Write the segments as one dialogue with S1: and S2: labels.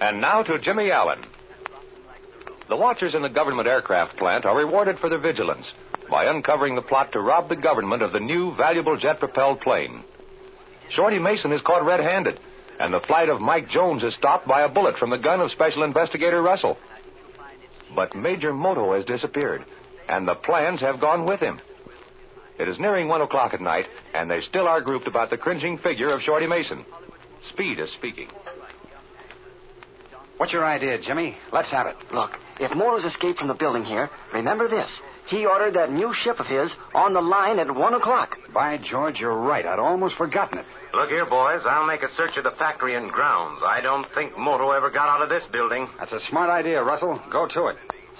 S1: And now to Jimmy Allen. The watchers in the government aircraft plant are rewarded for their vigilance by uncovering the plot to rob the government of the new valuable jet propelled plane. Shorty Mason is caught red handed, and the flight of Mike Jones is stopped by a bullet from the gun of Special Investigator Russell. But Major Moto has disappeared, and the plans have gone with him. It is nearing one o'clock at night, and they still are grouped about the cringing figure of Shorty Mason. Speed is speaking.
S2: What's your idea, Jimmy? Let's have it.
S3: Look, if Moro's escaped from the building here, remember this. He ordered that new ship of his on the line at 1 o'clock.
S2: By George, you're right. I'd almost forgotten it.
S4: Look here, boys. I'll make a search of the factory and grounds. I don't think Moto ever got out of this building.
S2: That's a smart idea, Russell. Go to it.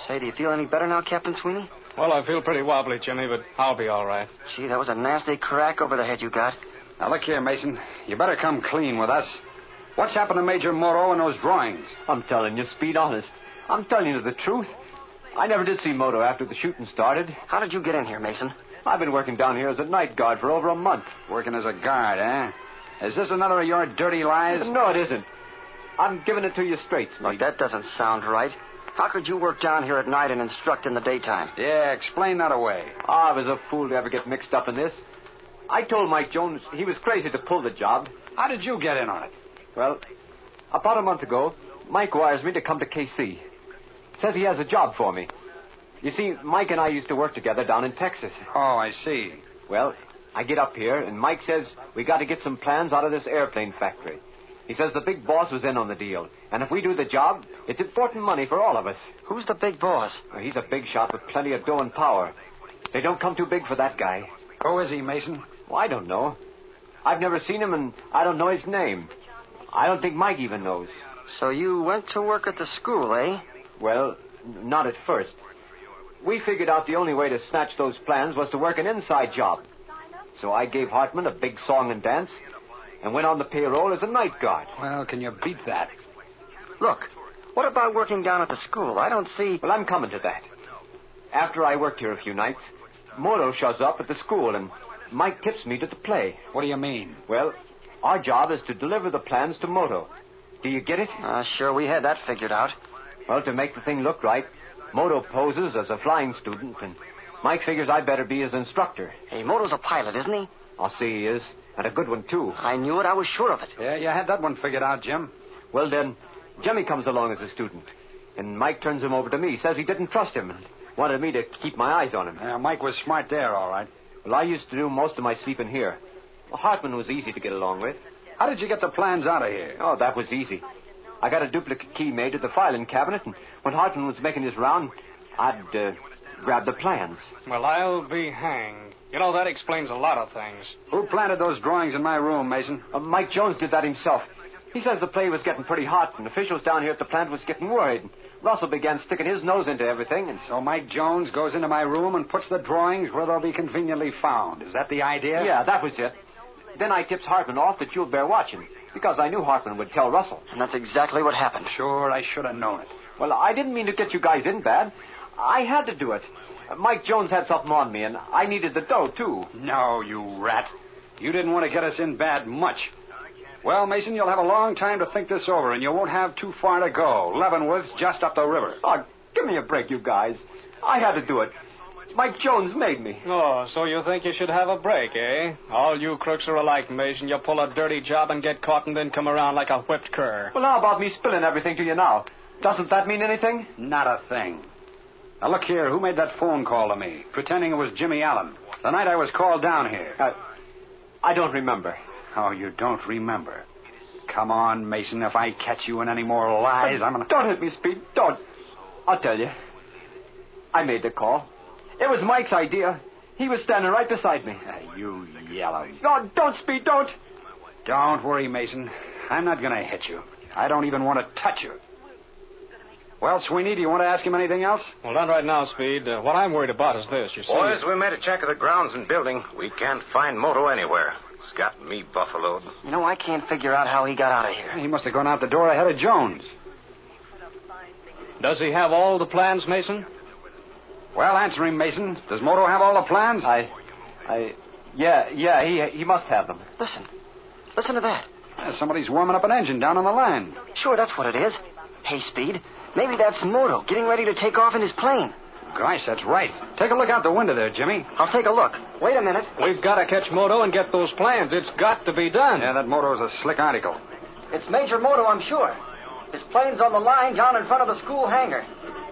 S3: Say, do you feel any better now, Captain Sweeney?
S5: Well, I feel pretty wobbly, Jimmy, but I'll be all right.
S3: Gee, that was a nasty crack over the head you got.
S2: Now, look here, Mason. You better come clean with us. What's happened to Major Moro and those drawings?
S6: I'm telling you, Speed, honest. I'm telling you the truth. I never did see Moto after the shooting started.
S3: How did you get in here, Mason?
S6: I've been working down here as a night guard for over a month.
S2: Working as a guard, eh? Is this another of your dirty lies?
S6: No, it isn't. I'm giving it to you straight, Speed.
S3: Look, that doesn't sound right. How could you work down here at night and instruct in the daytime?
S2: Yeah, explain that away.
S6: I was a fool to ever get mixed up in this. I told Mike Jones he was crazy to pull the job.
S2: How did you get in on it?
S6: Well, about a month ago, Mike wires me to come to KC. Says he has a job for me. You see, Mike and I used to work together down in Texas.
S2: Oh, I see.
S6: Well, I get up here, and Mike says we got to get some plans out of this airplane factory. He says the big boss was in on the deal, and if we do the job, it's important money for all of us.
S3: Who's the big boss?
S6: Well, he's a big shot with plenty of dough and power. They don't come too big for that guy.
S2: Who Oh, is he, Mason?
S6: Well, I don't know. I've never seen him, and I don't know his name. I don't think Mike even knows.
S3: So you went to work at the school, eh?
S6: Well, n- not at first. We figured out the only way to snatch those plans was to work an inside job. So I gave Hartman a big song and dance and went on the payroll as a night guard.
S2: Well, can you beat that?
S3: Look, what about working down at the school? I don't see.
S6: Well, I'm coming to that. After I worked here a few nights, Moro shows up at the school and Mike tips me to the play.
S2: What do you mean?
S6: Well, our job is to deliver the plans to Moto. Do you get it?
S3: Uh, sure, we had that figured out.
S6: Well, to make the thing look right, Moto poses as a flying student, and Mike figures I'd better be his instructor.
S3: Hey, Moto's a pilot, isn't he?
S6: I'll see he is, and a good one, too.
S3: I knew it. I was sure of it.
S2: Yeah, you had that one figured out, Jim.
S6: Well, then, Jimmy comes along as a student, and Mike turns him over to me, says he didn't trust him, and wanted me to keep my eyes on him.
S2: Yeah, Mike was smart there, all right.
S6: Well, I used to do most of my sleeping here. Hartman was easy to get along with.
S2: How did you get the plans out of here?
S6: Oh, that was easy. I got a duplicate key made to the filing cabinet, and when Hartman was making his round, I'd uh, grab the plans.
S5: Well, I'll be hanged. You know, that explains a lot of things.
S2: Who planted those drawings in my room, Mason?
S6: Uh, Mike Jones did that himself. He says the play was getting pretty hot, and officials down here at the plant was getting worried. Russell began sticking his nose into everything, and
S2: So Mike Jones goes into my room and puts the drawings where they'll be conveniently found. Is that the idea?
S6: yeah, that was it. Then I tips Hartman off that you'll bear watching, because I knew Hartman would tell Russell.
S3: And that's exactly what happened.
S2: Sure, I should have known it.
S6: Well, I didn't mean to get you guys in bad. I had to do it. Uh, Mike Jones had something on me, and I needed the dough, too.
S2: No, you rat. You didn't want to get us in bad much. Well, Mason, you'll have a long time to think this over, and you won't have too far to go. Leavenworth's just up the river.
S6: Oh, give me a break, you guys. I had to do it. Mike Jones made me.
S5: Oh, so you think you should have a break, eh? All you crooks are alike, Mason. You pull a dirty job and get caught and then come around like a whipped cur.
S6: Well, how about me spilling everything to you now? Doesn't that mean anything?
S2: Not a thing. Now, look here. Who made that phone call to me, pretending it was Jimmy Allen, the night I was called down here?
S6: Uh, I don't remember.
S2: Oh, you don't remember. Come on, Mason. If I catch you in any more lies, I'm going to.
S6: Don't hit me, Speed. Don't. I'll tell you. I made the call. It was Mike's idea. He was standing right beside me.
S2: You yellow.
S6: No, don't, Speed, don't.
S2: Don't worry, Mason. I'm not going to hit you. I don't even want to touch you. Well, Sweeney, do you want to ask him anything else?
S5: Well, not right now, Speed. Uh, what I'm worried about is this, you see.
S4: Boys, we made a check of the grounds and building. We can't find Moto anywhere. It's got me buffaloed.
S3: You know, I can't figure out how he got out of here.
S2: He must have gone out the door ahead of Jones.
S5: Does he have all the plans, Mason?
S2: Well, answer him, Mason. Does Moto have all the plans?
S6: I. I. Yeah, yeah, he, he must have them.
S3: Listen. Listen to that.
S2: Yeah, somebody's warming up an engine down on the line.
S3: Sure, that's what it is. Hey, Speed, maybe that's Moto getting ready to take off in his plane.
S2: Gosh, that's right. Take a look out the window there, Jimmy.
S3: I'll take a look. Wait a minute.
S5: We've got to catch Moto and get those plans. It's got to be done.
S2: Yeah, that motor's a slick article.
S3: It's Major Moto, I'm sure. His plane's on the line down in front of the school hangar.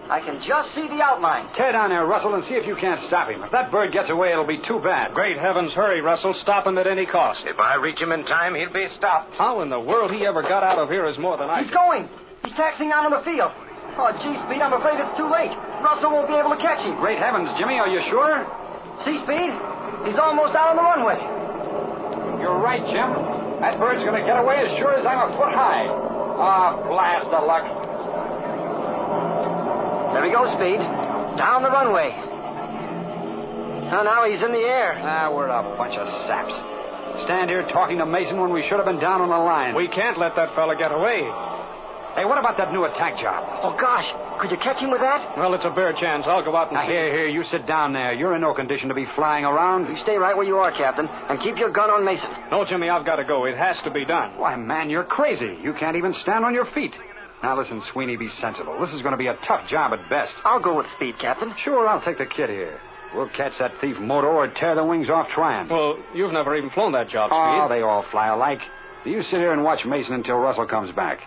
S3: I can just see the outline.
S2: Tear down there, Russell, and see if you can't stop him. If that bird gets away, it'll be too bad.
S5: Great heavens, hurry, Russell. Stop him at any cost.
S4: If I reach him in time, he'll be stopped.
S5: How in the world he ever got out of here is more than I.
S3: He's going. He's taxing out on the field. Oh, gee, Speed, I'm afraid it's too late. Russell won't be able to catch him.
S2: Great heavens, Jimmy, are you sure?
S3: See, Speed? He's almost out on the runway.
S2: You're right, Jim. That bird's going to get away as sure as I'm a foot high. Ah, blast the luck.
S3: There he goes, Speed. Down the runway. Oh, now he's in the air.
S2: Ah, we're a bunch of saps. Stand here talking to Mason when we should have been down on the line.
S5: We can't let that fella get away.
S2: Hey, what about that new attack job?
S3: Oh, gosh. Could you catch him with that?
S5: Well, it's a bare chance. I'll go out and
S2: Now,
S5: see.
S2: here, here, you sit down there. You're in no condition to be flying around.
S3: You stay right where you are, Captain, and keep your gun on Mason.
S5: No, Jimmy, I've got to go. It has to be done.
S2: Why, man, you're crazy. You can't even stand on your feet. Now, listen, Sweeney, be sensible. This is going to be a tough job at best.
S3: I'll go with Speed, Captain.
S2: Sure, I'll take the kid here. We'll catch that thief Moto or tear the wings off trying.
S5: Well, you've never even flown that job,
S2: Oh,
S5: Speed.
S2: they all fly alike. You sit here and watch Mason until Russell comes back.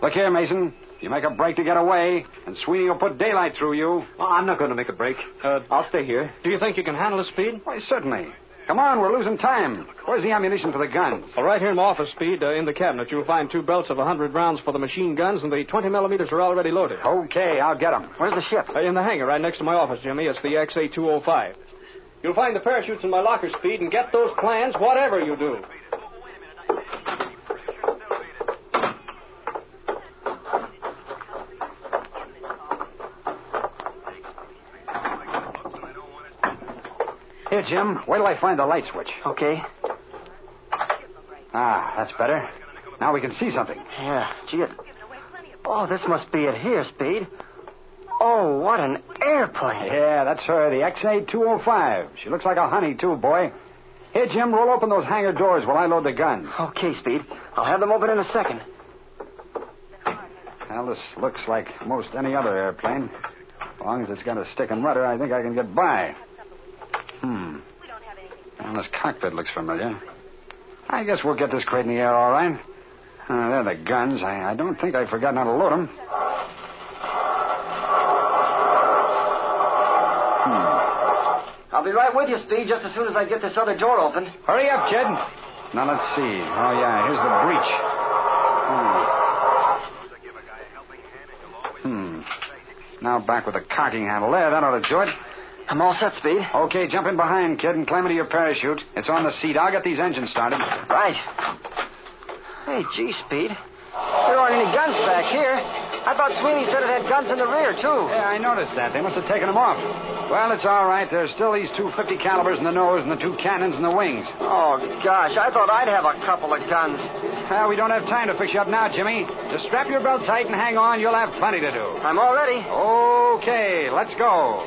S2: Look here, Mason. You make a break to get away, and Sweeney will put daylight through you.
S6: Well, I'm not going to make a break.
S5: Uh,
S6: I'll stay here.
S5: do you think you can handle it, Speed?
S2: Why, certainly. Come on, we're losing time. Where's the ammunition for the guns?
S5: Well, right here in my office, Speed, uh, in the cabinet, you'll find two belts of 100 rounds for the machine guns, and the 20 millimeters are already loaded.
S2: Okay, I'll get 'em.
S3: Where's the ship?
S5: Uh, in the hangar right next to my office, Jimmy. It's the XA-205. You'll find the parachutes in my locker, Speed, and get those plans, whatever you do.
S2: Here, Jim, where till I find the light switch?
S3: Okay.
S2: Ah, that's better. Now we can see something.
S3: Yeah, gee, it... Oh, this must be it here, Speed. Oh, what an airplane.
S2: Yeah, that's her, the XA-205. She looks like a honey, too, boy. Here, Jim, roll open those hangar doors while I load the guns.
S3: Okay, Speed. I'll have them open in a second.
S2: Well, this looks like most any other airplane. As long as it's got a stick and rudder, I think I can get by. Hmm. Well, this cockpit looks familiar. I guess we'll get this crate in the air all right. Uh, they're the guns. I, I don't think I've forgotten how to load them. Hmm.
S3: I'll be right with you, Speed, just as soon as I get this other door open.
S2: Hurry up, kid. Now let's see. Oh yeah, here's the breach. Hmm. Hmm. Now back with the cocking handle. There, that ought to do it.
S3: I'm all set, Speed.
S2: Okay, jump in behind, kid, and climb into your parachute. It's on the seat. I'll get these engines started.
S3: Right. Hey, gee, Speed. There aren't any guns back here. I thought Sweeney said it had guns in the rear, too.
S2: Yeah, I noticed that. They must have taken them off. Well, it's all right. There's still these two 50 calibers in the nose and the two cannons in the wings.
S3: Oh, gosh, I thought I'd have a couple of guns.
S2: Ah, we don't have time to fix you up now, Jimmy. Just strap your belt tight and hang on. You'll have plenty to do.
S3: I'm all ready.
S2: Okay, let's go.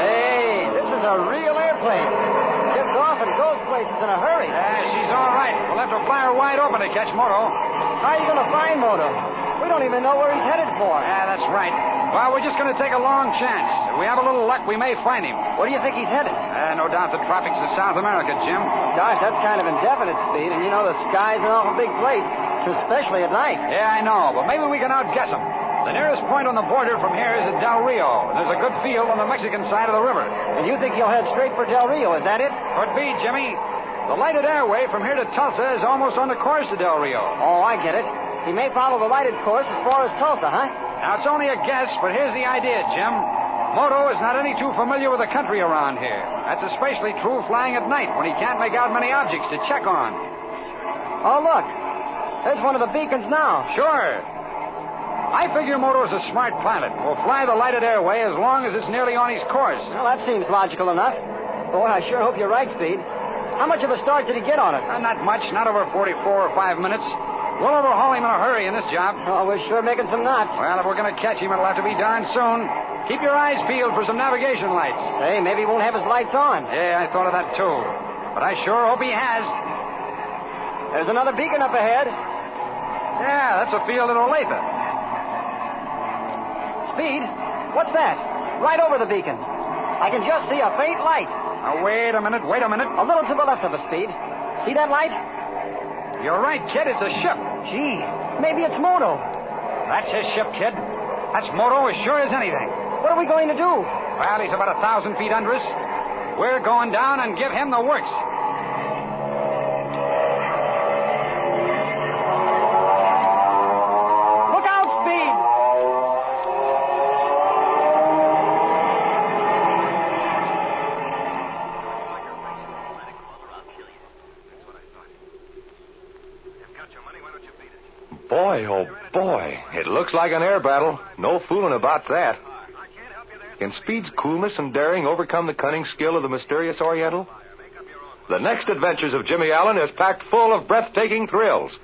S3: Hey, this is a real airplane. Gets off and goes places in a hurry.
S2: Yeah, she's all right. We'll have to fly her wide open to catch Moto.
S3: How are you going to find Moto? We don't even know where he's headed for.
S2: Yeah, that's right. Well, we're just going to take a long chance. If we have a little luck, we may find him.
S3: Where do you think he's headed?
S2: Uh, no doubt the tropics of South America, Jim.
S3: Gosh, that's kind of indefinite speed, and you know the sky's an awful big place, especially at night.
S2: Yeah, I know, but maybe we can outguess him. The nearest point on the border from here is at Del Rio. and There's a good field on the Mexican side of the river.
S3: And you think he'll head straight for Del Rio, is that it?
S2: Could be, Jimmy. The lighted airway from here to Tulsa is almost on the course to Del Rio.
S3: Oh, I get it. He may follow the lighted course as far as Tulsa, huh?
S2: Now, it's only a guess, but here's the idea, Jim. Moto is not any too familiar with the country around here. That's especially true flying at night when he can't make out many objects to check on.
S3: Oh, look. There's one of the beacons now.
S2: Sure. I figure Moto's a smart pilot. Will fly the lighted airway as long as it's nearly on his course.
S3: Well, that seems logical enough. Boy, I sure hope you're right, Speed. How much of a start did he get on us?
S2: Uh, not much, not over 44 or 5 minutes. We'll overhaul him in a hurry in this job.
S3: Oh, we're sure making some knots.
S2: Well, if we're going to catch him, it'll have to be darn soon. Keep your eyes peeled for some navigation lights.
S3: Say, maybe he won't have his lights on.
S2: Yeah, I thought of that too. But I sure hope he has.
S3: There's another beacon up ahead.
S2: Yeah, that's a field in Olathe.
S3: Speed? What's that? Right over the beacon. I can just see a faint light.
S2: Now, wait a minute, wait a minute.
S3: A little to the left of us, Speed. See that light?
S2: You're right, kid. It's a ship.
S3: Gee, maybe it's Moto.
S2: That's his ship, kid. That's Moto as sure as anything.
S3: What are we going to do?
S2: Well, he's about a thousand feet under us. We're going down and give him the works.
S3: Look out, Speed!
S6: Boy, oh boy, it looks like an air battle. No fooling about that. Can Speed's coolness and daring overcome the cunning skill of the mysterious Oriental? The next adventures of Jimmy Allen is packed full of breathtaking thrills.